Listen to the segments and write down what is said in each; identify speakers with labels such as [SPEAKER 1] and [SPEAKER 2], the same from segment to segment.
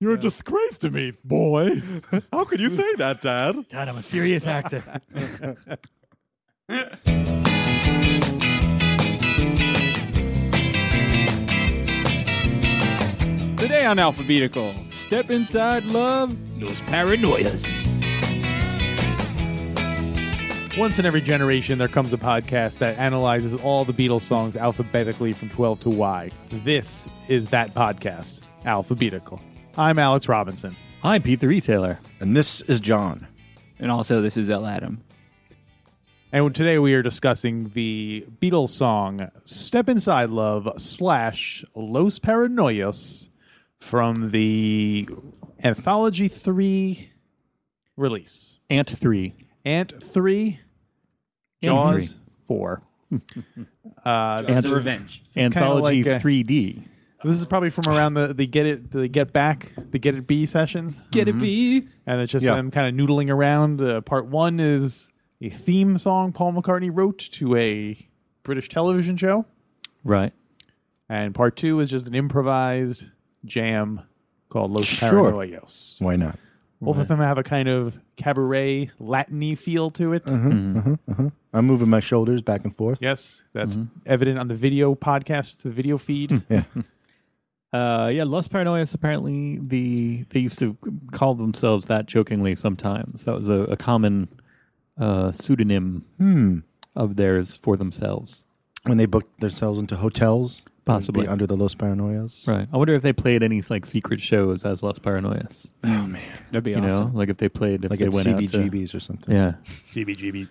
[SPEAKER 1] You're a disgrace to me, boy. How could you say that, Dad?
[SPEAKER 2] God, I'm a serious actor.
[SPEAKER 3] Today on Alphabetical, step inside love, los paranoias.
[SPEAKER 2] Once in every generation, there comes a podcast that analyzes all the Beatles songs alphabetically from 12 to Y. This is that podcast, Alphabetical. I'm Alex Robinson.
[SPEAKER 4] I'm Pete the Retailer.
[SPEAKER 5] And this is John.
[SPEAKER 4] And also, this is El Adam.
[SPEAKER 2] And today we are discussing the Beatles song Step Inside Love slash Los Paranoias from the Anthology 3 release.
[SPEAKER 4] Ant 3.
[SPEAKER 2] Ant 3, Jaws Uh, 4.
[SPEAKER 4] Ant
[SPEAKER 3] revenge.
[SPEAKER 2] kinda
[SPEAKER 4] Anthology
[SPEAKER 2] like a-
[SPEAKER 4] 3D.
[SPEAKER 2] This is probably from around the, the get it the get back the get it B sessions,
[SPEAKER 3] Get it be?
[SPEAKER 2] and it's just
[SPEAKER 5] Yeah.
[SPEAKER 2] them kind of noodling around. Uh, part one is a theme song Paul McCartney wrote to a British television show,
[SPEAKER 4] Right.
[SPEAKER 2] and part two is just an improvised jam called Los
[SPEAKER 5] Sure.
[SPEAKER 2] Paranoios.
[SPEAKER 5] Why not?
[SPEAKER 2] Both of them have a kind of cabaret Latin-y feel to it.
[SPEAKER 5] I'm moving my shoulders back and forth.
[SPEAKER 2] Yes, that's evident on the video podcast, the video feed.
[SPEAKER 4] Uh, yeah, Los Paranoias, apparently, the they used to call themselves that jokingly sometimes. That was a, a common uh, pseudonym of theirs for themselves.
[SPEAKER 5] When they booked themselves into hotels, they would
[SPEAKER 4] Possibly.
[SPEAKER 5] be under the Los Paranoias.
[SPEAKER 4] Right. I wonder if they played any like secret shows as Los Paranoias.
[SPEAKER 2] That'd be
[SPEAKER 4] You know, like if they played, if
[SPEAKER 5] Like
[SPEAKER 4] they
[SPEAKER 5] at
[SPEAKER 4] went out to,
[SPEAKER 5] CBGB's or something.
[SPEAKER 4] yeah, CBGB.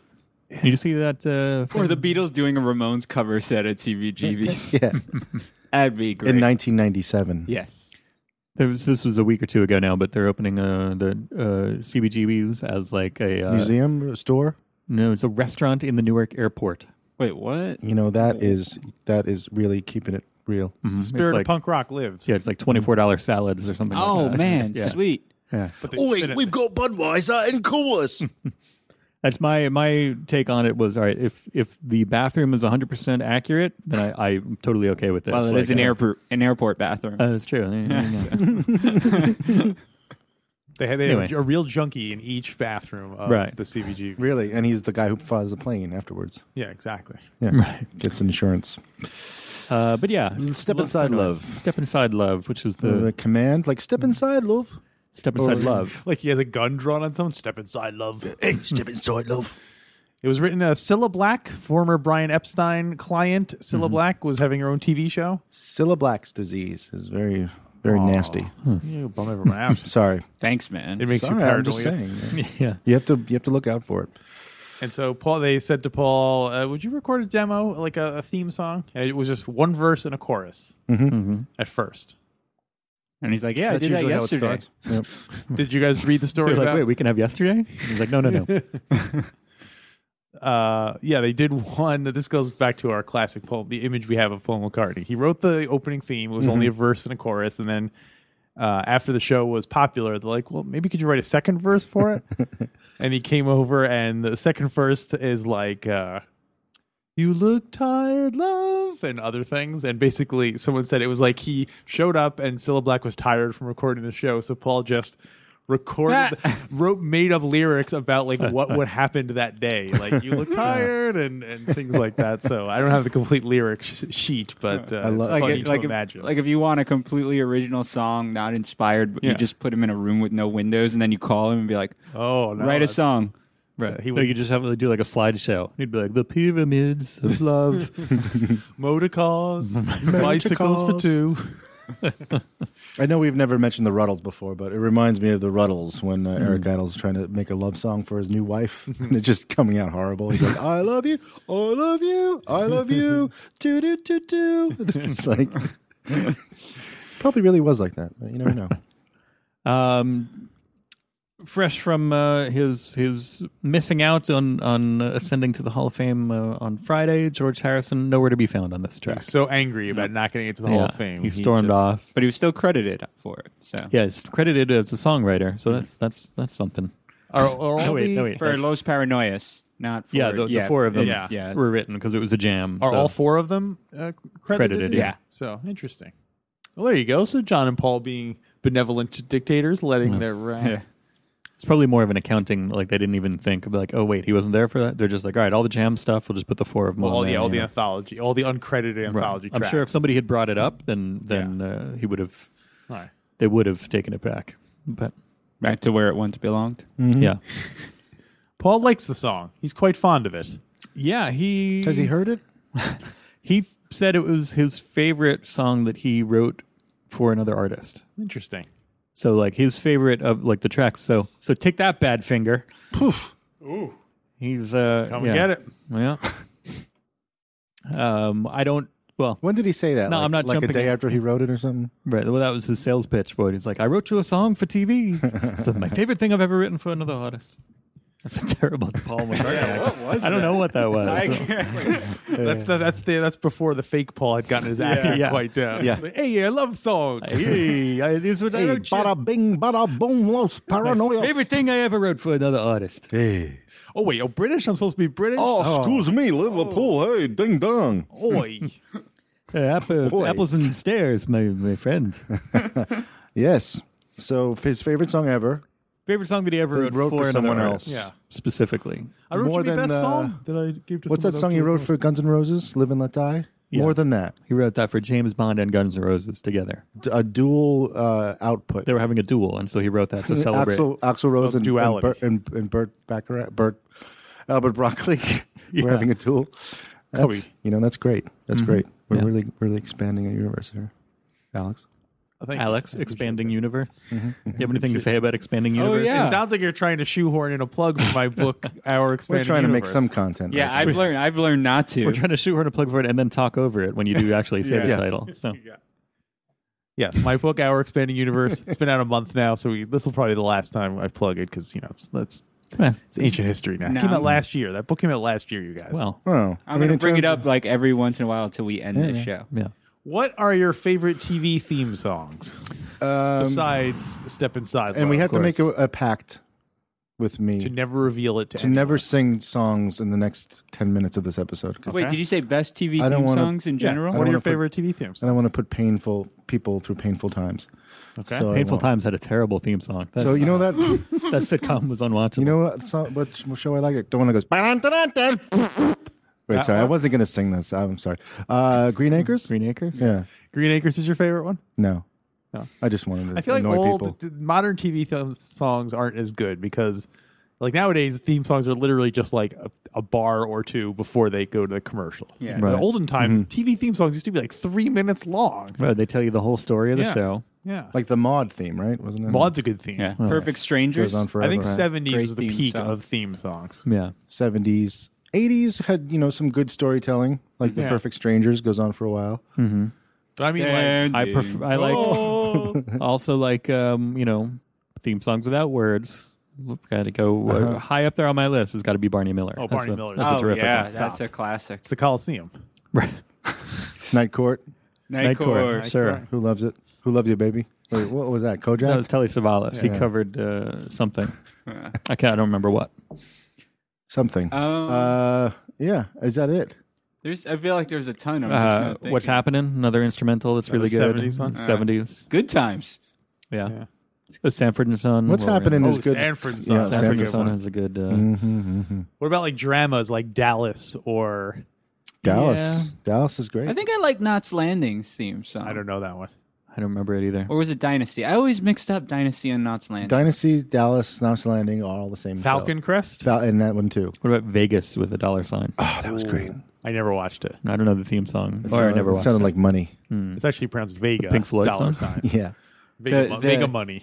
[SPEAKER 4] Did you see that? Uh,
[SPEAKER 3] Or
[SPEAKER 4] thing?
[SPEAKER 3] the Beatles doing a Ramones cover set at CBGB's.
[SPEAKER 5] Yeah.
[SPEAKER 3] That'd be great.
[SPEAKER 5] In 1997.
[SPEAKER 3] yes.
[SPEAKER 4] There was, this was a week or two ago now, but they're opening uh, the uh, CBGBs as like a uh,
[SPEAKER 5] Museum or store.
[SPEAKER 4] No, it's a restaurant in the Newark Airport.
[SPEAKER 3] Wait, what?
[SPEAKER 5] You know, that is that is really keeping it real.
[SPEAKER 4] Mhm.
[SPEAKER 2] Spirit
[SPEAKER 4] it's
[SPEAKER 2] of
[SPEAKER 4] like,
[SPEAKER 2] punk rock lives.
[SPEAKER 4] Yeah, it's like twenty four dollar salads or something.
[SPEAKER 3] Oh,
[SPEAKER 4] like that.
[SPEAKER 3] man.
[SPEAKER 4] yeah.
[SPEAKER 3] Sweet.
[SPEAKER 2] but they spin
[SPEAKER 5] Wait,
[SPEAKER 2] it.
[SPEAKER 5] we've got Budweiser and Coors.
[SPEAKER 4] That's my my take on it. Was all right if if the bathroom is one hundred percent accurate, then I I'm totally okay with this.
[SPEAKER 3] Well, it is
[SPEAKER 4] Like,
[SPEAKER 3] an,
[SPEAKER 4] uh,
[SPEAKER 3] airport, an airport bathroom.
[SPEAKER 4] Uh, it's true. Yeah, yeah, yeah.
[SPEAKER 2] They had they
[SPEAKER 4] Anyway.
[SPEAKER 2] had a real junkie in each bathroom of
[SPEAKER 4] Right.
[SPEAKER 2] the CBG.
[SPEAKER 5] Really? And he's the guy who flies the plane afterwards.
[SPEAKER 2] Yeah, exactly.
[SPEAKER 5] Yeah. Gets insurance.
[SPEAKER 4] Uh, but yeah,
[SPEAKER 5] Step
[SPEAKER 4] Love
[SPEAKER 5] inside
[SPEAKER 4] Paranoia.
[SPEAKER 5] love.
[SPEAKER 4] Step inside Mm-hmm. love, which was the
[SPEAKER 5] The command, like, step inside, love.
[SPEAKER 4] step inside love.
[SPEAKER 2] Like he has a gun drawn on someone. Step inside, love.
[SPEAKER 5] Hey, step inside, love.
[SPEAKER 2] It was written. Uh, Cilla Black, former Brian Epstein client, Cilla Black was having her own TV show.
[SPEAKER 5] Cilla Black's disease is very, very nasty.
[SPEAKER 2] You bum everyone out.
[SPEAKER 5] Sorry.
[SPEAKER 3] Thanks, man.
[SPEAKER 2] It makes
[SPEAKER 5] Sorry,
[SPEAKER 2] you
[SPEAKER 5] I'm just
[SPEAKER 2] paranoid.
[SPEAKER 5] saying. yeah.
[SPEAKER 4] Yeah.
[SPEAKER 5] You have to you have to look out for it.
[SPEAKER 2] And so Paul, they said to Paul, uh, "Would you record a demo, like a, a theme song?" And it was just one verse and a chorus at first.
[SPEAKER 3] and he's like, yeah, I did that
[SPEAKER 5] usually
[SPEAKER 3] yesterday.
[SPEAKER 5] how it starts.
[SPEAKER 2] Did you guys read the story?
[SPEAKER 4] They're like,
[SPEAKER 2] about-
[SPEAKER 4] wait, we can have yesterday. He's like, no, no, no.
[SPEAKER 2] uh, yeah, they did one. This goes back to our classic Paul, the image we have of Paul McCartney. He wrote the opening theme. It was
[SPEAKER 4] Mm-hmm.
[SPEAKER 2] only a verse and a chorus, and then uh, after the show was popular, they're like, "Well, maybe could you write a second verse for it?" and he came over, and the second verse is like, uh, "You look tired, love," and other things. And basically, someone said it was like he showed up, and Cilla Black was tired from recording the show, so Paul just recorded wrote made up lyrics about like what would happen to that day like you look tired and and things like that so i don't have the complete lyric sh- sheet but uh, I
[SPEAKER 5] love-
[SPEAKER 2] it's
[SPEAKER 3] Like,
[SPEAKER 2] funny
[SPEAKER 3] it-
[SPEAKER 2] to
[SPEAKER 3] like,
[SPEAKER 2] imagine
[SPEAKER 3] if, like if you want a completely original song, not inspired, but
[SPEAKER 2] Yeah.
[SPEAKER 3] you just put him in a room with no windows, and then you call him and be like,
[SPEAKER 2] oh no,
[SPEAKER 3] write a
[SPEAKER 2] that's-
[SPEAKER 3] song.
[SPEAKER 4] Right.
[SPEAKER 2] He
[SPEAKER 4] He
[SPEAKER 2] would-
[SPEAKER 4] would, you just have to do like a slideshow. He'd be like, the pyramids of love.
[SPEAKER 2] motor cars, bicycles for
[SPEAKER 5] cars.
[SPEAKER 2] two.
[SPEAKER 5] I know we've never mentioned the Ruddles before, but it reminds me of the Ruddles when uh, Eric Idle's trying to make a love song for his new wife, and it's just coming out horrible. He's like, "I love you, I love you, I love you, do do do do." It's like probably really was like that. But you never know.
[SPEAKER 4] um, fresh from uh, his his missing out on on ascending to the Hall of Fame uh, on Friday, George Harrison nowhere to be found on this track.
[SPEAKER 2] So angry about not getting into the Hall of Fame.
[SPEAKER 4] He stormed
[SPEAKER 2] just-
[SPEAKER 4] off.
[SPEAKER 3] But he was still credited for it. So
[SPEAKER 4] Yeah, he's credited as a songwriter,
[SPEAKER 2] Mm-hmm.
[SPEAKER 4] so that's that's that's something.
[SPEAKER 2] Are, are all the-
[SPEAKER 3] for Los Paranoias, not for,
[SPEAKER 4] yeah, the, the four of them
[SPEAKER 3] Yeah, yeah.
[SPEAKER 4] were written because it was a jam.
[SPEAKER 2] Are
[SPEAKER 4] so-
[SPEAKER 2] all four of them uh, credited?
[SPEAKER 4] Credited, yeah.
[SPEAKER 2] So interesting. Well, there you go. So John and Paul being benevolent dictators, letting their uh,
[SPEAKER 3] Yeah.
[SPEAKER 4] It's probably more of an accounting. Like they didn't even think of like, oh wait, he wasn't there for that. They're just like, all right, all the jam stuff. We'll just put the four of them.
[SPEAKER 2] all
[SPEAKER 4] on
[SPEAKER 2] the
[SPEAKER 4] there,
[SPEAKER 2] all
[SPEAKER 4] you
[SPEAKER 2] the
[SPEAKER 4] know.
[SPEAKER 2] anthology, all the uncredited anthology.
[SPEAKER 4] I'm sure if somebody had brought it up, then then uh, he would have.
[SPEAKER 2] All right.
[SPEAKER 4] They would have taken it back. But
[SPEAKER 3] Back to where it once belonged.
[SPEAKER 5] Mm-hmm.
[SPEAKER 4] yeah,
[SPEAKER 2] Paul likes the song. He's quite fond of it.
[SPEAKER 4] yeah. He
[SPEAKER 5] Has he heard it?
[SPEAKER 4] he said it was his favorite song that he wrote for another artist.
[SPEAKER 2] Interesting.
[SPEAKER 4] So like his favorite of like the tracks. So so take that bad finger. Poof. Ooh. He's uh
[SPEAKER 2] Come
[SPEAKER 4] yeah.
[SPEAKER 2] and get it.
[SPEAKER 4] Yeah. um I don't well
[SPEAKER 5] When did he say that?
[SPEAKER 4] No,
[SPEAKER 5] like,
[SPEAKER 4] I'm not
[SPEAKER 5] Like a
[SPEAKER 4] jumping
[SPEAKER 5] day
[SPEAKER 4] in.
[SPEAKER 5] after he wrote it or something.
[SPEAKER 4] right well that was his sales pitch for it. He's like, I wrote you a song for TV. it's my favorite thing I've ever written for another artist. That's a terrible Paul McCartney.
[SPEAKER 3] What was
[SPEAKER 4] I don't know what that was.
[SPEAKER 2] That's the, that's the that's before the fake Paul had gotten his accent
[SPEAKER 4] Yeah.
[SPEAKER 2] quite down.
[SPEAKER 5] Yeah.
[SPEAKER 2] It's like, hey, I love songs.
[SPEAKER 4] hey, I, this was I
[SPEAKER 5] Hey,
[SPEAKER 4] wrote you-
[SPEAKER 5] bada bing, bada boom, los paranoia.
[SPEAKER 4] favorite thing I ever wrote for another artist.
[SPEAKER 5] Hey.
[SPEAKER 2] Oh wait, oh British? I'm supposed to be British.
[SPEAKER 5] Oh,
[SPEAKER 2] Oh,
[SPEAKER 5] excuse me, Liverpool. Hey, ding dong.
[SPEAKER 2] boy.
[SPEAKER 4] Hey, apple,
[SPEAKER 5] Boy.
[SPEAKER 4] Uh, apples and stairs, my, my friend.
[SPEAKER 5] Yes. So his favorite song ever.
[SPEAKER 4] Favorite song that he ever
[SPEAKER 5] That he
[SPEAKER 4] wrote,
[SPEAKER 5] wrote for
[SPEAKER 4] another
[SPEAKER 5] someone
[SPEAKER 4] artist,
[SPEAKER 5] else.
[SPEAKER 2] Yeah.
[SPEAKER 4] specifically.
[SPEAKER 2] I wrote
[SPEAKER 5] More
[SPEAKER 2] you the
[SPEAKER 5] than,
[SPEAKER 2] best
[SPEAKER 5] uh,
[SPEAKER 2] song that I gave to.
[SPEAKER 5] What's that
[SPEAKER 2] someone
[SPEAKER 5] song
[SPEAKER 2] else
[SPEAKER 5] you
[SPEAKER 2] to
[SPEAKER 5] wrote
[SPEAKER 2] record.
[SPEAKER 5] for Guns N' Roses? Live and Let Die.
[SPEAKER 4] Yeah.
[SPEAKER 5] More than that,
[SPEAKER 4] He wrote that for James Bond and Guns N' Roses together.
[SPEAKER 5] D- a dual uh, output.
[SPEAKER 4] They were having a duel, and so he wrote that to celebrate.
[SPEAKER 5] Axel, Axel Rose and, and,
[SPEAKER 2] duality.
[SPEAKER 5] Bert, and, and Bert Baccarat, Bert Albert Broccoli.
[SPEAKER 4] Yeah.
[SPEAKER 5] We're having a duel. That's,
[SPEAKER 2] Kobe.
[SPEAKER 5] you know, that's great. That's great. We're
[SPEAKER 4] Yeah.
[SPEAKER 5] really, really expanding our universe here, Alex.
[SPEAKER 2] I think
[SPEAKER 4] Alex, expanding universe.
[SPEAKER 5] Mm-hmm.
[SPEAKER 4] You have anything to say about expanding
[SPEAKER 3] Oh,
[SPEAKER 4] universe?
[SPEAKER 3] yeah.
[SPEAKER 2] It sounds like you're trying to shoehorn in a plug for my book, Our
[SPEAKER 5] We're
[SPEAKER 2] Expanded
[SPEAKER 5] trying to make
[SPEAKER 2] Universe.
[SPEAKER 5] some content.
[SPEAKER 3] Yeah,
[SPEAKER 5] right
[SPEAKER 3] I've learned. I've learned not to.
[SPEAKER 4] We're trying to shoehorn a plug for it and then talk over it when you do actually say the
[SPEAKER 5] Yeah.
[SPEAKER 4] title. So,
[SPEAKER 2] Yes, my book, Our Expanding Universe. It's been out a month now, so we, this will probably be the last time I plug it because you know it's- that's
[SPEAKER 4] yeah.
[SPEAKER 2] it's ancient history now.
[SPEAKER 3] No.
[SPEAKER 2] It came out last year. That book came out last year, you guys.
[SPEAKER 4] well,
[SPEAKER 5] now. Oh,
[SPEAKER 3] I'm gonna bring it up like every once in a while until we end this show.
[SPEAKER 4] yeah.
[SPEAKER 2] what are your favorite TV theme songs besides Step Inside?
[SPEAKER 5] Um, and we
[SPEAKER 2] Love,
[SPEAKER 5] have to
[SPEAKER 2] of
[SPEAKER 5] make a,
[SPEAKER 2] course,
[SPEAKER 5] a pact with me
[SPEAKER 2] to
[SPEAKER 5] to,
[SPEAKER 2] never reveal it to, anyone.
[SPEAKER 5] never sing songs in the next ten minutes of this episode. 'cause
[SPEAKER 3] Wait, did you say best TV
[SPEAKER 5] I don't
[SPEAKER 3] theme
[SPEAKER 5] wanna-
[SPEAKER 3] songs in
[SPEAKER 2] Yeah.
[SPEAKER 3] general?
[SPEAKER 2] What are
[SPEAKER 5] wanna
[SPEAKER 2] your
[SPEAKER 5] put-
[SPEAKER 2] favorite TV themes?
[SPEAKER 5] I don't want to put painful people through painful times.
[SPEAKER 2] Okay.
[SPEAKER 5] So I
[SPEAKER 4] Painful
[SPEAKER 5] won't.
[SPEAKER 4] Times had a terrible theme song. That,
[SPEAKER 5] So you know that
[SPEAKER 4] that sitcom was unwatchable.
[SPEAKER 5] you know what, song, what sh- show I like? It. The one that goes. "Ba-dun-dun-dun-dun." Wait, sorry, I wasn't gonna sing this. I'm sorry. Uh, Green Acres.
[SPEAKER 4] Green Acres?
[SPEAKER 5] Yeah.
[SPEAKER 2] Green Acres is your favorite one?
[SPEAKER 5] No.
[SPEAKER 2] No.
[SPEAKER 5] I just wanted to
[SPEAKER 2] I feel like
[SPEAKER 5] annoy
[SPEAKER 2] old
[SPEAKER 5] people.
[SPEAKER 2] th- modern TV th- songs aren't as good because like nowadays theme songs are literally just like a, a bar or two before they go to the commercial.
[SPEAKER 3] Yeah.
[SPEAKER 2] In the
[SPEAKER 4] Right. Mm-hmm.
[SPEAKER 2] olden times, TV theme songs used to be like three minutes long.
[SPEAKER 4] Well, they tell you the whole story of the
[SPEAKER 2] Yeah.
[SPEAKER 4] show.
[SPEAKER 2] Yeah. Like
[SPEAKER 5] Like the mod theme, right? Wasn't it?
[SPEAKER 2] Maud's a good theme.
[SPEAKER 3] Yeah, Perfect
[SPEAKER 5] goes
[SPEAKER 3] Strangers.
[SPEAKER 5] on forever.
[SPEAKER 2] I think seventies
[SPEAKER 3] Great
[SPEAKER 2] is the
[SPEAKER 3] theme
[SPEAKER 2] peak
[SPEAKER 3] song.
[SPEAKER 2] of theme songs.
[SPEAKER 4] Yeah.
[SPEAKER 5] seventies, eighties had you know some good storytelling. Like the
[SPEAKER 2] Yeah.
[SPEAKER 5] Perfect Strangers goes on for a while.
[SPEAKER 2] But I mean like
[SPEAKER 3] Standing.
[SPEAKER 4] I prefer. I like.
[SPEAKER 5] Oh.
[SPEAKER 4] also like um, you know theme songs without words. Got to go uh,
[SPEAKER 5] Uh-huh.
[SPEAKER 4] high up there on my list. Has got to be Barney Miller.
[SPEAKER 2] Oh,
[SPEAKER 4] That's
[SPEAKER 2] Barney
[SPEAKER 4] a-
[SPEAKER 2] Miller.
[SPEAKER 4] That's
[SPEAKER 3] Oh
[SPEAKER 4] a terrific.
[SPEAKER 3] yeah,
[SPEAKER 4] one.
[SPEAKER 3] that's a classic.
[SPEAKER 2] it's the Coliseum.
[SPEAKER 4] Right.
[SPEAKER 5] Night Court.
[SPEAKER 3] Night Court.
[SPEAKER 4] sure.
[SPEAKER 5] Who loves it? Who loves you, baby? Wait, what was that? Kojak.
[SPEAKER 4] That was Telly Savalas. He
[SPEAKER 5] Yeah.
[SPEAKER 4] covered uh, something. I can't. I don't remember what.
[SPEAKER 5] Something.
[SPEAKER 3] Um,
[SPEAKER 5] uh, yeah. Is that it?
[SPEAKER 3] there's. I feel like there's a ton. I'm just
[SPEAKER 4] Uh,
[SPEAKER 3] not
[SPEAKER 4] what's
[SPEAKER 3] thinking.
[SPEAKER 4] happening? Another instrumental that's really
[SPEAKER 2] Another
[SPEAKER 4] good.
[SPEAKER 2] 70s one?
[SPEAKER 4] Seventies.
[SPEAKER 3] Good times.
[SPEAKER 4] Yeah.
[SPEAKER 2] Yeah.
[SPEAKER 4] The Sanford and Son.
[SPEAKER 5] What's
[SPEAKER 4] Well,
[SPEAKER 5] happening Mm.
[SPEAKER 4] yeah.
[SPEAKER 5] is
[SPEAKER 2] Oh,
[SPEAKER 5] good.
[SPEAKER 2] Sanford and Son.
[SPEAKER 5] Yeah,
[SPEAKER 2] That's a
[SPEAKER 4] Sanford and
[SPEAKER 2] good
[SPEAKER 4] Son
[SPEAKER 2] one.
[SPEAKER 4] has a good. Uh,
[SPEAKER 2] What about like dramas like Dallas or
[SPEAKER 5] Dallas.
[SPEAKER 3] Yeah.
[SPEAKER 5] Dallas is great.
[SPEAKER 3] I think I like Knots Landing's theme song.
[SPEAKER 2] I don't know that one.
[SPEAKER 4] I don't remember it either.
[SPEAKER 3] Or was it Dynasty? I always mixed up Dynasty and Knots Landing.
[SPEAKER 5] Dynasty, Dallas, Knots Landing are all the same. show.
[SPEAKER 2] Falcon Crest?
[SPEAKER 5] Fal- and that one too.
[SPEAKER 4] What about Vegas with a dollar sign?
[SPEAKER 5] Oh, that was great.
[SPEAKER 2] I never watched it.
[SPEAKER 4] I don't know the theme song, or I never
[SPEAKER 5] it
[SPEAKER 4] watched.
[SPEAKER 5] sounded
[SPEAKER 4] it.
[SPEAKER 5] like money.
[SPEAKER 2] It's actually pronounced Vega.
[SPEAKER 4] Pink Floyd
[SPEAKER 2] dollar
[SPEAKER 4] song?
[SPEAKER 2] sign.
[SPEAKER 5] Yeah.
[SPEAKER 2] Vega,
[SPEAKER 3] Hmm. The-
[SPEAKER 2] mo-
[SPEAKER 3] the-
[SPEAKER 2] Vega money.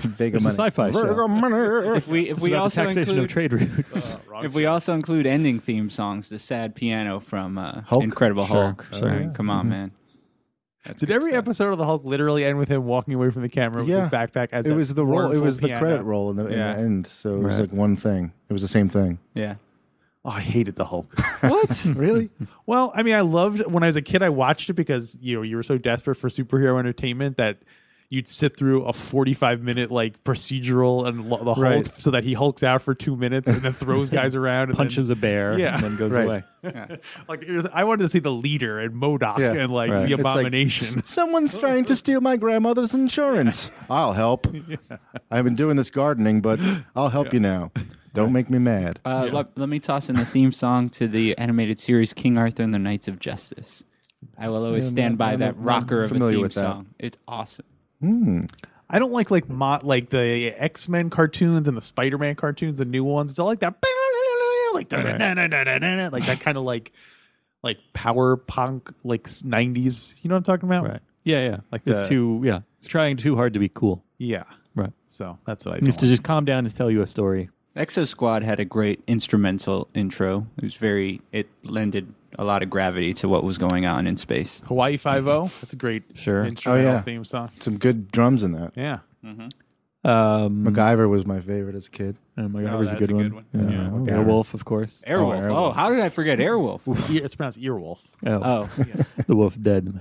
[SPEAKER 5] Vega
[SPEAKER 4] It's a
[SPEAKER 5] money.
[SPEAKER 4] sci-fi show.
[SPEAKER 5] Vega money.
[SPEAKER 3] If we if
[SPEAKER 4] It's
[SPEAKER 3] we
[SPEAKER 4] about the
[SPEAKER 3] also
[SPEAKER 4] taxation
[SPEAKER 3] include
[SPEAKER 4] of trade routes.
[SPEAKER 2] Wrong
[SPEAKER 3] if we also include ending theme songs, the sad piano from uh,
[SPEAKER 5] Hulk?
[SPEAKER 3] Incredible
[SPEAKER 4] Sure,
[SPEAKER 3] Hulk.
[SPEAKER 4] sure.
[SPEAKER 3] I mean, come on, man.
[SPEAKER 2] Did every episode of the Hulk literally end with him walking away from the camera
[SPEAKER 5] Yeah.
[SPEAKER 2] with his backpack? As
[SPEAKER 5] It
[SPEAKER 2] that
[SPEAKER 5] was the roll. It
[SPEAKER 2] mournful
[SPEAKER 5] was the
[SPEAKER 2] piano?
[SPEAKER 5] credit roll in the, in
[SPEAKER 3] Yeah.
[SPEAKER 5] the end. So it was
[SPEAKER 4] Right.
[SPEAKER 5] like one thing. It was the same thing.
[SPEAKER 3] Yeah.
[SPEAKER 2] Oh, I hated the Hulk.
[SPEAKER 3] What?
[SPEAKER 5] Really?
[SPEAKER 2] well, I mean, I loved when I was a kid. I watched it because you know you were so desperate for superhero entertainment that you'd sit through a 45 minute like procedural and lo- the Hulk
[SPEAKER 5] Right.
[SPEAKER 2] so that he hulks out for two minutes and then throws guys around and
[SPEAKER 4] punches a bear
[SPEAKER 2] Yeah.
[SPEAKER 4] and then goes
[SPEAKER 5] Right.
[SPEAKER 4] away.
[SPEAKER 2] then, like it was, I wanted to see the leader and Modoc
[SPEAKER 5] Yeah.
[SPEAKER 2] and like
[SPEAKER 4] Right.
[SPEAKER 2] the
[SPEAKER 4] It's
[SPEAKER 5] It's like,
[SPEAKER 2] abomination.
[SPEAKER 5] "S- Someone's trying to steal my grandmother's insurance. I'll help. I've been doing this gardening, but I'll help you now. Don't make me mad.
[SPEAKER 3] Uh, let, let me toss in the theme song to the animated series King Arthur and the Knights of Justice. I will always stand by that rocker of a
[SPEAKER 5] familiar
[SPEAKER 3] theme
[SPEAKER 5] with that.
[SPEAKER 3] song. It's awesome.
[SPEAKER 2] I don't like like mo- like the X Men cartoons and the Spider Man cartoons, the new ones. It's all like that, like da-da-da-da-da-da-da, like that kind of like like power punk like nineties. You know what I'm talking about?
[SPEAKER 4] Right. Yeah, yeah. Like
[SPEAKER 2] the-
[SPEAKER 4] it's too yeah. It's trying too hard to be cool.
[SPEAKER 2] Yeah.
[SPEAKER 4] Right.
[SPEAKER 2] So that's what I.
[SPEAKER 4] Needs
[SPEAKER 2] don't
[SPEAKER 4] to just calm down and tell you a story.
[SPEAKER 3] Exo Squad had a great instrumental intro. It was very, it lended a lot of gravity to what was going on in space.
[SPEAKER 2] Hawaii Five O. That's a great
[SPEAKER 4] Sure.
[SPEAKER 2] instrumental
[SPEAKER 5] Oh, yeah.
[SPEAKER 2] theme song.
[SPEAKER 5] Some good drums in that.
[SPEAKER 2] Yeah,
[SPEAKER 4] Um
[SPEAKER 5] MacGyver was my favorite as a kid.
[SPEAKER 4] oh my God,
[SPEAKER 2] Oh,
[SPEAKER 4] that was a
[SPEAKER 2] that's
[SPEAKER 4] good
[SPEAKER 2] a
[SPEAKER 4] one.
[SPEAKER 2] good one.
[SPEAKER 4] Yeah.
[SPEAKER 2] Yeah.
[SPEAKER 4] Okay. Airwolf, of course.
[SPEAKER 3] Airwolf.
[SPEAKER 5] Airwolf.
[SPEAKER 3] Oh, how did I forget Airwolf?
[SPEAKER 2] Ear- it's pronounced earwolf.
[SPEAKER 4] Oh,
[SPEAKER 3] oh,
[SPEAKER 4] the wolf dead.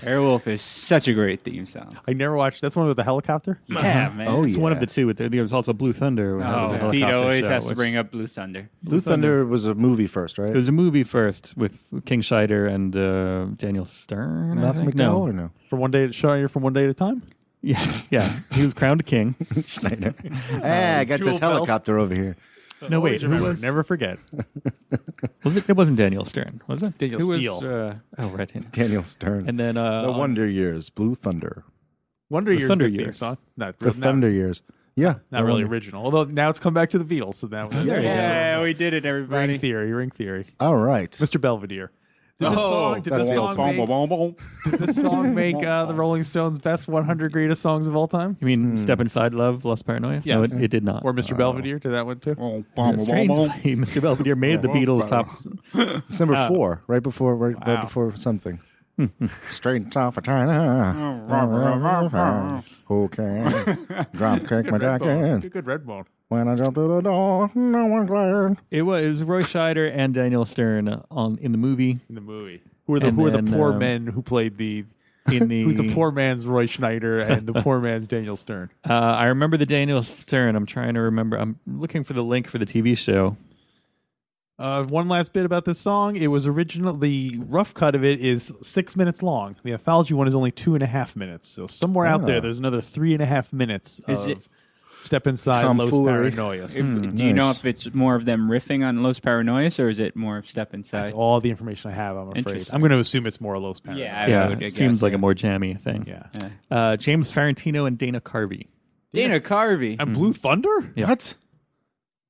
[SPEAKER 3] Airwolf is such a great theme song.
[SPEAKER 2] I never watched. That's one with the helicopter.
[SPEAKER 3] Yeah, man.
[SPEAKER 5] Oh,
[SPEAKER 4] It's one of
[SPEAKER 5] yeah.
[SPEAKER 4] the two. With the, there was also Blue Thunder. when it was a
[SPEAKER 3] Oh, Pete
[SPEAKER 4] helicopter
[SPEAKER 3] always
[SPEAKER 4] show,
[SPEAKER 3] has to
[SPEAKER 4] which-
[SPEAKER 3] bring up Blue Thunder.
[SPEAKER 5] Blue Thunder was a movie first, right?
[SPEAKER 4] There was a movie first with King Scheider and uh, Daniel Stern. I
[SPEAKER 5] Malcolm
[SPEAKER 4] think?
[SPEAKER 5] McDowell or
[SPEAKER 4] No.
[SPEAKER 5] no?
[SPEAKER 2] From one day to show you from one day at a time.
[SPEAKER 4] Yeah, yeah. He was crowned king.
[SPEAKER 5] Schneider. ah, I got
[SPEAKER 2] Jewel
[SPEAKER 5] this
[SPEAKER 2] Bell.
[SPEAKER 5] helicopter over here.
[SPEAKER 4] No, wait.
[SPEAKER 2] Always
[SPEAKER 4] Who
[SPEAKER 2] remember,
[SPEAKER 4] was?
[SPEAKER 2] Never forget.
[SPEAKER 4] was it, it wasn't Daniel Stern, was it?
[SPEAKER 2] Daniel
[SPEAKER 4] Who was,
[SPEAKER 2] Steele.
[SPEAKER 4] uh, oh, right. Daniel.
[SPEAKER 5] Daniel Stern.
[SPEAKER 4] And then uh,
[SPEAKER 5] the Wonder Years, Blue Thunder.
[SPEAKER 2] Wonder Years.
[SPEAKER 4] Thunder
[SPEAKER 2] good theme
[SPEAKER 4] Years.
[SPEAKER 2] song. Not,
[SPEAKER 5] The
[SPEAKER 2] not,
[SPEAKER 5] Thunder Years. Yeah.
[SPEAKER 2] Not
[SPEAKER 5] the
[SPEAKER 2] really
[SPEAKER 5] Wonder-
[SPEAKER 2] original. Although now it's come back to the Beatles, so that was
[SPEAKER 5] There you go.
[SPEAKER 3] Yeah, we did it,
[SPEAKER 2] Ring
[SPEAKER 3] everybody.
[SPEAKER 2] theory, ring theory.
[SPEAKER 5] All right.
[SPEAKER 2] Mr. Belvedere. Did this song, did
[SPEAKER 5] that's
[SPEAKER 2] this
[SPEAKER 5] the
[SPEAKER 2] song
[SPEAKER 5] old
[SPEAKER 2] make, did this song make uh, the Rolling Stones' best 100 greatest songs of all time?
[SPEAKER 4] you
[SPEAKER 5] Hmm.
[SPEAKER 4] mean Step Inside Love, Lost Paranoia? No,
[SPEAKER 2] Yes.
[SPEAKER 4] it, it did not.
[SPEAKER 2] Or Mr. Belvedere? Did that one too?
[SPEAKER 4] Yeah, Strangely, Mr. Belvedere made the Beatles top.
[SPEAKER 5] It's number four, right before right,
[SPEAKER 2] Uh, Wow.
[SPEAKER 5] right before something. Straight off a China. okay. Drop kick my
[SPEAKER 2] Redbone. Do
[SPEAKER 5] jacket.
[SPEAKER 2] good Redbone.
[SPEAKER 5] When I jump through the door, no one's glad.
[SPEAKER 4] It was, it was Roy Scheider and Daniel Stern on in the movie.
[SPEAKER 2] in the movie. Who are the
[SPEAKER 4] And
[SPEAKER 2] who are
[SPEAKER 4] then,
[SPEAKER 2] the poor
[SPEAKER 4] um,
[SPEAKER 2] men who played the
[SPEAKER 4] In the
[SPEAKER 2] who's the poor man's Roy Schneider and the poor man's Daniel Stern?
[SPEAKER 4] Uh, I remember the Daniel Stern. I'm trying to remember. I'm looking for the link for the TV show.
[SPEAKER 2] Uh, one last bit about this song. It was original. The rough cut of it is six minutes long. The anthology one is only two and a half minutes. So somewhere out there,
[SPEAKER 5] Ah.
[SPEAKER 2] there's another three and a half minutes
[SPEAKER 3] Is
[SPEAKER 2] of
[SPEAKER 3] it-
[SPEAKER 2] Step Inside Los
[SPEAKER 5] Tomfoolery.
[SPEAKER 2] Paranoias.
[SPEAKER 3] If- Do you know
[SPEAKER 5] nice.
[SPEAKER 3] if it's more of them riffing on Los Paranoias or is it more of Step Inside?
[SPEAKER 2] That's all the information I have. I'm afraid.
[SPEAKER 3] Interesting.
[SPEAKER 2] I'm going to assume it's more Los Paranoias.
[SPEAKER 3] Yeah, I
[SPEAKER 4] Yeah,
[SPEAKER 3] would
[SPEAKER 4] it
[SPEAKER 3] guess,
[SPEAKER 4] seems like
[SPEAKER 3] yeah.
[SPEAKER 4] a more jammy thing.
[SPEAKER 2] yeah.
[SPEAKER 4] Uh, James Farentino and Dana Carvey.
[SPEAKER 3] Dana Carvey.
[SPEAKER 2] And Blue Thunder.
[SPEAKER 4] Yeah.
[SPEAKER 5] What?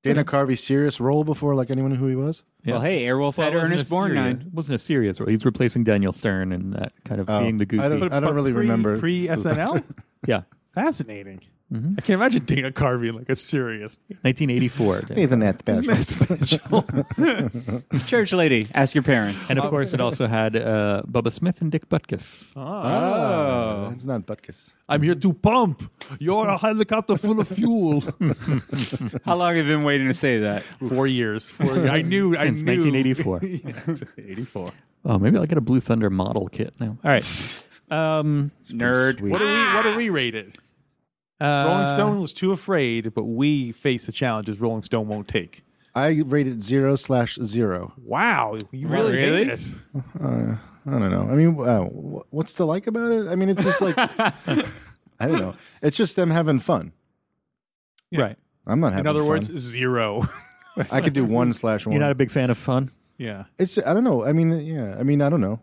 [SPEAKER 5] Dana Carvey serious role before like anyone who he was?
[SPEAKER 3] Well, hey, Airwolf
[SPEAKER 4] Well,
[SPEAKER 3] had
[SPEAKER 4] it wasn't
[SPEAKER 3] Ernest
[SPEAKER 4] a
[SPEAKER 3] Borgnine.
[SPEAKER 4] serious- it wasn't a serious role. He's replacing Daniel Stern and that kind of being the goofy.
[SPEAKER 5] Oh, I don't, I don't really
[SPEAKER 2] pre,
[SPEAKER 5] remember.
[SPEAKER 2] pre SNL.
[SPEAKER 4] yeah,
[SPEAKER 2] Fascinating. I can't imagine Dana Carvey in like a serious
[SPEAKER 4] 1984.
[SPEAKER 5] Nathan at the best.
[SPEAKER 2] special.
[SPEAKER 3] Church lady, ask your parents.
[SPEAKER 4] and of course, it also had uh, Bubba Smith and Dick Butkus.
[SPEAKER 5] Oh, it's not Butkus.
[SPEAKER 2] I'm here to pump. You're a helicopter full of fuel.
[SPEAKER 3] How long have you been waiting to say that?
[SPEAKER 2] Four years. Four years. I knew. I
[SPEAKER 4] Since
[SPEAKER 2] knew.
[SPEAKER 4] 1984.
[SPEAKER 2] Eighty-four.
[SPEAKER 4] Oh, maybe I'll get a Blue Thunder model kit now. All right. Um,
[SPEAKER 3] Nerd.
[SPEAKER 5] Sweet.
[SPEAKER 2] What do we? What do we rate it?
[SPEAKER 4] uh,
[SPEAKER 2] Rolling Stone was too afraid, but we face the challenges Rolling Stone won't take.
[SPEAKER 5] I rated zero slash zero.
[SPEAKER 2] Wow, you
[SPEAKER 3] Really?
[SPEAKER 2] really, hate it.
[SPEAKER 5] I don't know. I mean, uh, wh- what's to like about it? I mean, it's just like I don't know. It's just them having fun.
[SPEAKER 4] Right.
[SPEAKER 5] I'm not having.
[SPEAKER 2] In other
[SPEAKER 5] fun.
[SPEAKER 2] words, zero.
[SPEAKER 5] I could do one slash one.
[SPEAKER 4] You're not a big fan of fun.
[SPEAKER 2] yeah.
[SPEAKER 5] It's I don't know. I mean, yeah. I mean, I don't know.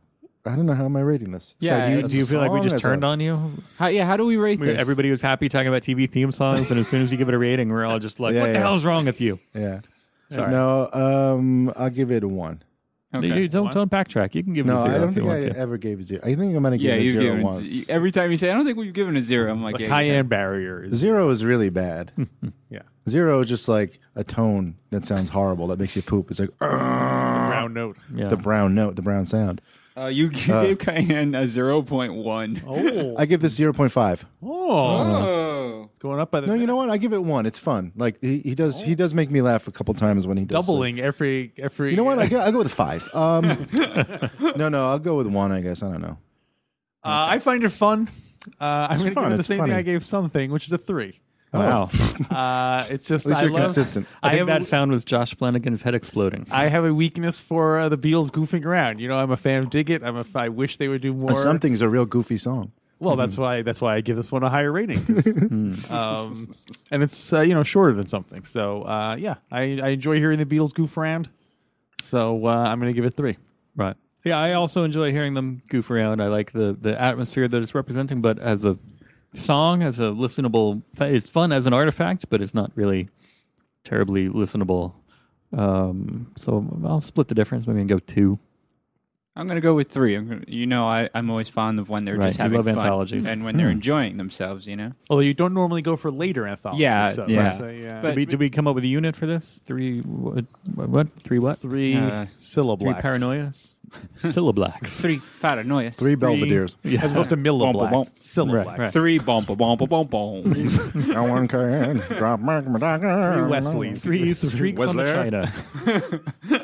[SPEAKER 5] I don't know how am I rating this.
[SPEAKER 3] Yeah,
[SPEAKER 4] So do you,
[SPEAKER 5] As
[SPEAKER 4] do you
[SPEAKER 5] a
[SPEAKER 4] feel like we
[SPEAKER 5] song,
[SPEAKER 4] just
[SPEAKER 5] as
[SPEAKER 4] turned
[SPEAKER 5] a-
[SPEAKER 4] on you?
[SPEAKER 3] How, yeah, how do we rate
[SPEAKER 4] We-
[SPEAKER 3] this?
[SPEAKER 4] everybody was happy talking about TV theme songs, and as soon as you give it a rating, we're all just like,
[SPEAKER 5] Yeah,
[SPEAKER 4] "What the
[SPEAKER 5] yeah.
[SPEAKER 4] hell's wrong with you?"
[SPEAKER 5] Yeah.
[SPEAKER 4] Sorry.
[SPEAKER 5] No, um, I'll give it a one.
[SPEAKER 3] Okay.
[SPEAKER 4] Dude, don't don't backtrack. You can give
[SPEAKER 5] No,
[SPEAKER 4] it a zero
[SPEAKER 5] I don't
[SPEAKER 4] if you
[SPEAKER 5] think I
[SPEAKER 4] want to.
[SPEAKER 5] ever gave a zero. I think I'm gonna give
[SPEAKER 3] yeah,
[SPEAKER 5] it a
[SPEAKER 3] you've
[SPEAKER 5] zero
[SPEAKER 3] given
[SPEAKER 5] once.
[SPEAKER 3] z- every time you say, I don't think we've given a zero. I'm like,
[SPEAKER 2] Like
[SPEAKER 3] yeah,
[SPEAKER 2] high
[SPEAKER 3] yeah.
[SPEAKER 2] end barrier is
[SPEAKER 5] Zero is really bad.
[SPEAKER 2] yeah.
[SPEAKER 5] Zero is just like a tone that sounds horrible that makes you poop. It's like
[SPEAKER 2] Brown note.
[SPEAKER 4] Yeah.
[SPEAKER 5] the brown note, the brown sound.
[SPEAKER 3] Uh, you g- gave Cayenne a 0.1. Oh.
[SPEAKER 2] Oh.
[SPEAKER 5] I give this zero point five.
[SPEAKER 2] oh. It's going up by the
[SPEAKER 5] No, you know what? I give it one. It's fun. Like he, he does, he does make me laugh a couple times when he does. it.
[SPEAKER 2] doubling every every
[SPEAKER 5] You know what? I go, I go with a five. Um, no, no, I'll go with one. I guess I don't know.
[SPEAKER 2] Uh, I find it fun. Uh, I'm going to give
[SPEAKER 5] fun.
[SPEAKER 2] it the
[SPEAKER 5] It's
[SPEAKER 2] same
[SPEAKER 5] funny.
[SPEAKER 2] thing I gave something, which is a three.
[SPEAKER 4] Wow.
[SPEAKER 2] Uh, it's just
[SPEAKER 5] At least
[SPEAKER 2] I
[SPEAKER 5] you're
[SPEAKER 2] love-
[SPEAKER 5] consistent.
[SPEAKER 2] I,
[SPEAKER 4] I think
[SPEAKER 2] have
[SPEAKER 4] that
[SPEAKER 2] a,
[SPEAKER 4] sound was Josh Flanagan's head exploding.
[SPEAKER 2] I have a weakness for uh, the Beatles goofing around. You know, I'm a fan of Dig It. I'm a f- I wish they would do more.
[SPEAKER 5] Something's a real goofy song.
[SPEAKER 2] Well, that's why that's why I give this one a higher rating. 'cause, um, and it's uh, you know shorter than something. So uh, yeah, I, I enjoy hearing the Beatles goof around. So uh, I'm going to give it three.
[SPEAKER 4] Right. Yeah, I also enjoy hearing them goof around. I like the the atmosphere that it's representing, but as a song, as a listenable, th- it's fun as an artifact, but it's not really terribly listenable. Um, so I'll split the difference. Maybe and go two.
[SPEAKER 3] I'm gonna go with three. I'm gonna, you know, I, I'm always fond of when they're
[SPEAKER 4] Right,
[SPEAKER 3] just
[SPEAKER 4] you
[SPEAKER 3] having
[SPEAKER 4] love
[SPEAKER 3] fun
[SPEAKER 4] anthologies.
[SPEAKER 3] and when they're enjoying themselves. You know,
[SPEAKER 2] Although you don't normally go for later anthologies.
[SPEAKER 3] Yeah,
[SPEAKER 2] so
[SPEAKER 3] yeah.
[SPEAKER 2] that's a, uh, yeah.
[SPEAKER 3] But-
[SPEAKER 4] Did we, did we come up with a unit for this? Three what? what? Three what?
[SPEAKER 2] three
[SPEAKER 3] Uh,
[SPEAKER 4] Three
[SPEAKER 2] syllablacks.
[SPEAKER 4] paranoias. Syllablacks.
[SPEAKER 3] three paranoia,
[SPEAKER 5] Three Belvederes.
[SPEAKER 4] Yeah.
[SPEAKER 2] As opposed to
[SPEAKER 3] Bumble
[SPEAKER 2] milliblack.
[SPEAKER 3] bump.
[SPEAKER 2] Syllablack.
[SPEAKER 4] Right.
[SPEAKER 3] three bomb bomb bomb bomb.
[SPEAKER 5] no one can drop my
[SPEAKER 2] Three Wesleys.
[SPEAKER 4] Three streaks on the
[SPEAKER 5] Wesley.
[SPEAKER 4] China.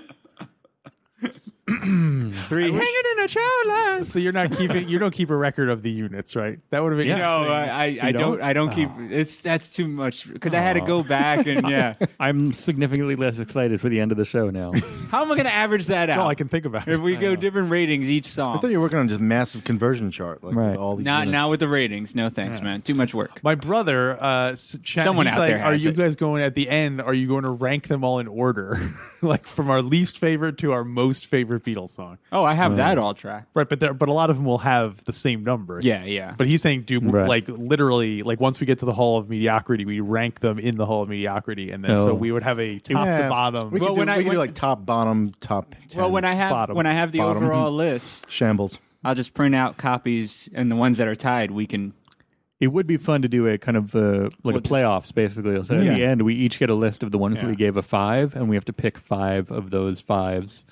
[SPEAKER 2] Three. in a chowla. So you're not keeping you don't keep a record of the units, right? That would have been
[SPEAKER 3] No,
[SPEAKER 2] interesting.
[SPEAKER 3] I, I, I don't. I don't keep. It's that's too much because I had to go back and yeah.
[SPEAKER 4] I'm significantly less excited for the end of the show now.
[SPEAKER 3] How am I going to average that out?
[SPEAKER 2] all I can think about.
[SPEAKER 3] Uh, if we go different ratings each
[SPEAKER 5] I
[SPEAKER 3] song.
[SPEAKER 5] thought you were working on just massive conversion chart, like with
[SPEAKER 4] Right.
[SPEAKER 5] all these
[SPEAKER 3] Not
[SPEAKER 5] units.
[SPEAKER 3] not with the ratings. No thanks, man. Too much work.
[SPEAKER 2] My brother, uh, s- chat,
[SPEAKER 3] Someone
[SPEAKER 2] he's
[SPEAKER 3] out
[SPEAKER 2] like,
[SPEAKER 3] there
[SPEAKER 2] "Are
[SPEAKER 3] has
[SPEAKER 2] you
[SPEAKER 3] it."
[SPEAKER 2] guys going at the end? Are you going to rank them all in order, like from our least favorite to our most favorite Beatles song?"
[SPEAKER 3] Oh, I have that all track.
[SPEAKER 2] Right, but there, but a lot of them will have the same number.
[SPEAKER 3] Yeah, yeah.
[SPEAKER 2] But he's saying, do
[SPEAKER 4] Right.
[SPEAKER 2] like literally, like once we get to the Hall of Mediocrity, we rank them in the Hall of Mediocrity, and then so
[SPEAKER 4] Oh.
[SPEAKER 2] we would have a top
[SPEAKER 5] Yeah.
[SPEAKER 2] to bottom.
[SPEAKER 5] We could,
[SPEAKER 3] Well,
[SPEAKER 5] do,
[SPEAKER 3] when I
[SPEAKER 5] we could do
[SPEAKER 3] went-
[SPEAKER 5] like top, bottom, top. 10,
[SPEAKER 3] well, when I have
[SPEAKER 2] bottom,
[SPEAKER 3] when I have the
[SPEAKER 5] bottom.
[SPEAKER 3] overall list,
[SPEAKER 5] shambles.
[SPEAKER 3] I'll just print out copies, and the ones that are tied, we can.
[SPEAKER 4] It would be fun to do a kind of uh, like
[SPEAKER 3] We'll
[SPEAKER 4] a
[SPEAKER 3] just-
[SPEAKER 4] playoffs, basically. So at the
[SPEAKER 5] Yeah.
[SPEAKER 4] end, we each get a list of the ones that
[SPEAKER 2] Yeah.
[SPEAKER 4] we gave a five, and we have to pick five of those fives.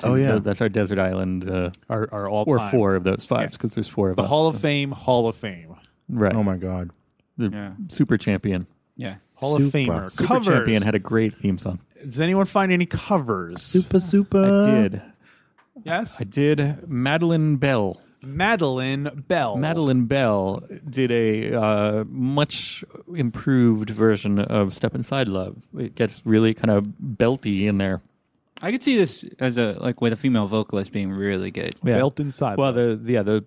[SPEAKER 4] to-
[SPEAKER 5] Oh, yeah.
[SPEAKER 4] that's our desert island, uh,
[SPEAKER 2] are, are all
[SPEAKER 4] or
[SPEAKER 2] time.
[SPEAKER 4] four of those fives because there's four of
[SPEAKER 2] The
[SPEAKER 4] us.
[SPEAKER 2] Hall of Fame, Hall of Fame,
[SPEAKER 4] right,
[SPEAKER 5] Oh my god.
[SPEAKER 4] the
[SPEAKER 3] Yeah.
[SPEAKER 4] super champion.
[SPEAKER 3] Yeah.
[SPEAKER 2] Hall of
[SPEAKER 5] Super.
[SPEAKER 2] Famer.
[SPEAKER 4] Super
[SPEAKER 2] covers.
[SPEAKER 4] champion had a great theme song.
[SPEAKER 2] Does anyone find any covers?
[SPEAKER 5] super.
[SPEAKER 4] I did,
[SPEAKER 2] Yes.
[SPEAKER 4] I did. Madeline Bell.
[SPEAKER 2] Madeline Bell.
[SPEAKER 4] Madeline Bell did a uh, much improved version of "Step Inside Love." It gets really kind of belty in there.
[SPEAKER 3] I could see this as a like with a female vocalist being really good.
[SPEAKER 4] Yeah.
[SPEAKER 2] Belt inside.
[SPEAKER 4] Well, the, the yeah, the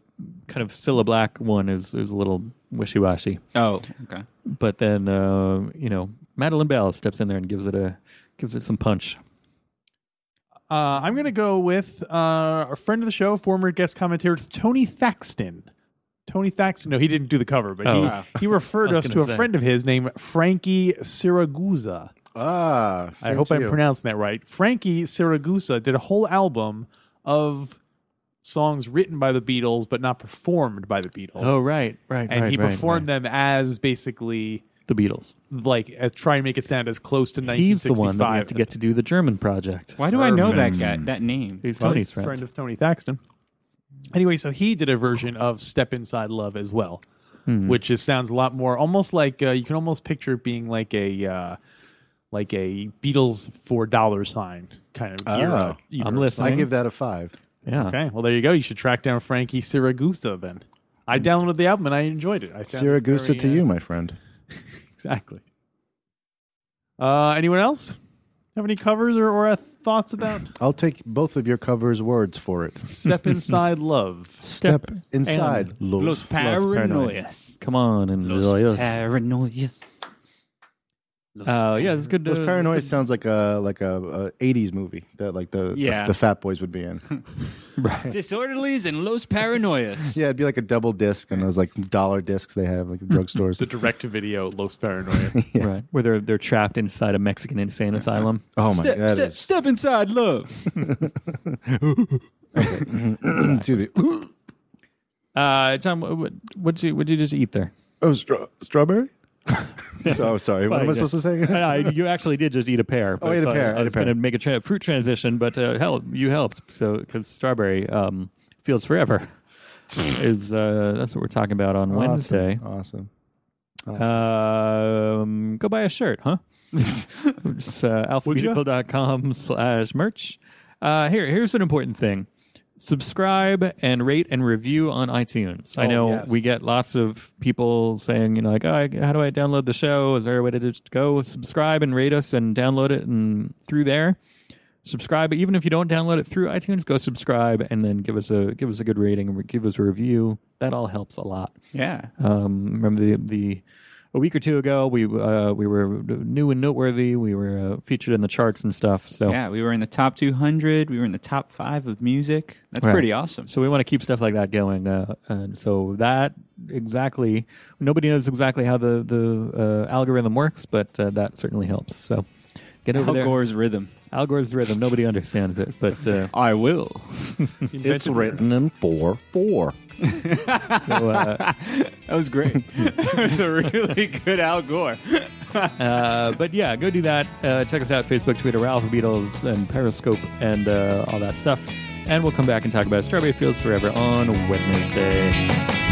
[SPEAKER 4] kind of Cilla Black one is is a little wishy washy,
[SPEAKER 3] Oh, okay.
[SPEAKER 4] but then uh, you know Madeline Bell steps in there and gives it a gives it some punch.
[SPEAKER 2] Uh, I'm going to go with uh, a friend of the show, former guest commentator Tony Thaxton. Tony Thaxton. No, he didn't do the cover, but
[SPEAKER 4] Oh.
[SPEAKER 2] he, he referred
[SPEAKER 4] I
[SPEAKER 2] us
[SPEAKER 4] was
[SPEAKER 2] to
[SPEAKER 4] gonna
[SPEAKER 2] a
[SPEAKER 4] say.
[SPEAKER 2] friend of his named Frankie Siragusa.
[SPEAKER 5] Ah,
[SPEAKER 2] I hope I'm pronouncing that right. Frankie Siragusa did a whole album of songs written by the Beatles but not performed by the Beatles.
[SPEAKER 4] right, Oh, right,
[SPEAKER 2] and he performed them as basically
[SPEAKER 4] the Beatles.
[SPEAKER 2] like uh, try and make it sound as close to 1965.
[SPEAKER 4] He's the one that we have to get to do the German project.
[SPEAKER 3] Why do I know that guy? That name.
[SPEAKER 4] He's
[SPEAKER 2] Well,
[SPEAKER 4] Tony's
[SPEAKER 2] he's a
[SPEAKER 4] friend.
[SPEAKER 2] of Tony Thaxton. Anyway, so he did a version of Step Inside Love as well,
[SPEAKER 5] Hmm.
[SPEAKER 2] which is sounds a lot more almost like uh, you can almost picture it being like a uh, like a Beatles for dollar sign kind of. era-
[SPEAKER 5] Oh.
[SPEAKER 2] era
[SPEAKER 4] I'm
[SPEAKER 2] song.
[SPEAKER 5] I
[SPEAKER 4] listening.
[SPEAKER 5] give that a five.
[SPEAKER 4] yeah,
[SPEAKER 2] Okay, well there you go. You should track down Frankie Siragusa then. I downloaded the album and I enjoyed it. I found it
[SPEAKER 5] Hmm. Siragusa
[SPEAKER 2] very,
[SPEAKER 5] to
[SPEAKER 2] uh,
[SPEAKER 5] you, my friend.
[SPEAKER 2] exactly. Uh, anyone else have any covers or, or uh, thoughts about
[SPEAKER 5] I'll take both of your covers' words for it.
[SPEAKER 2] Step Inside Love?
[SPEAKER 5] Step inside,
[SPEAKER 3] Los
[SPEAKER 5] Los.
[SPEAKER 3] Paranoias.
[SPEAKER 4] Come on and
[SPEAKER 3] Los
[SPEAKER 4] Los
[SPEAKER 3] Paranoias. Los
[SPEAKER 4] uh, yeah, it's good. To,
[SPEAKER 5] Los Paranoid sounds like a like a, a '80s movie that like the
[SPEAKER 3] Yeah.
[SPEAKER 5] the, the Fat Boys would be in.
[SPEAKER 3] Disorderlies and Los Paranoias.
[SPEAKER 5] yeah, it'd be like a double disc and those like dollar discs they have like the drugstores.
[SPEAKER 2] The direct to video Los Paranoia.
[SPEAKER 4] right, where they're they're trapped inside a Mexican insane asylum.
[SPEAKER 5] oh my
[SPEAKER 3] Step,
[SPEAKER 5] god,
[SPEAKER 3] step, step inside love.
[SPEAKER 5] excuse me.
[SPEAKER 4] Uh, Tom, what would you would you just eat there?
[SPEAKER 5] Oh, stra- strawberry. so sorry. What am I
[SPEAKER 4] Fine, yeah.
[SPEAKER 5] supposed to say? Oh,
[SPEAKER 4] I, you actually did just eat a pear.
[SPEAKER 5] I ate a
[SPEAKER 4] so
[SPEAKER 5] pear,
[SPEAKER 4] I,
[SPEAKER 5] ate a
[SPEAKER 4] was
[SPEAKER 5] pear.
[SPEAKER 4] going to make a tra- fruit transition, but uh, hell, you helped. So because strawberry um, fields forever is uh, that's what we're talking about on Wednesday. Uh,
[SPEAKER 5] Awesome.
[SPEAKER 4] Um, go buy a shirt, huh? it's uh, alphabetical.com slash merch. Uh, here, here's an important thing. subscribe and rate and review on iTunes. I
[SPEAKER 2] Oh,
[SPEAKER 4] know
[SPEAKER 2] yes.
[SPEAKER 4] we get lots of people saying, you know, like, oh, I- how do I download the show? Is there a way to just go subscribe and rate us and download it and through there? Subscribe, even if you don't download it through iTunes, go subscribe and then give us a give us a good rating and give us a review. That all helps a lot.
[SPEAKER 3] Yeah.
[SPEAKER 4] Um, remember the the a week or two ago we uh, we were new and noteworthy. We were uh, featured in the charts and stuff. So
[SPEAKER 3] Yeah, we were in the top 200. We were in the top five of music. That's
[SPEAKER 4] Right.
[SPEAKER 3] pretty awesome.
[SPEAKER 4] so we want to keep stuff like that going. Uh, and so that exactly nobody knows exactly how the the uh, algorithm works, but uh, that certainly helps. So get over
[SPEAKER 3] Al
[SPEAKER 4] there.
[SPEAKER 3] Gore's rhythm.
[SPEAKER 4] Al Gore's rhythm. Nobody understands it, but uh,
[SPEAKER 3] I will.
[SPEAKER 5] It's written in four four.
[SPEAKER 4] so. Uh,
[SPEAKER 3] That was great. that was a really good Al Gore.
[SPEAKER 4] Uh, but yeah, go do that. Uh, check us out Facebook, Twitter, we're Alpha Beatles, and Periscope, and uh, all that stuff. And we'll come back and talk about Strawberry Fields Forever on Wednesday.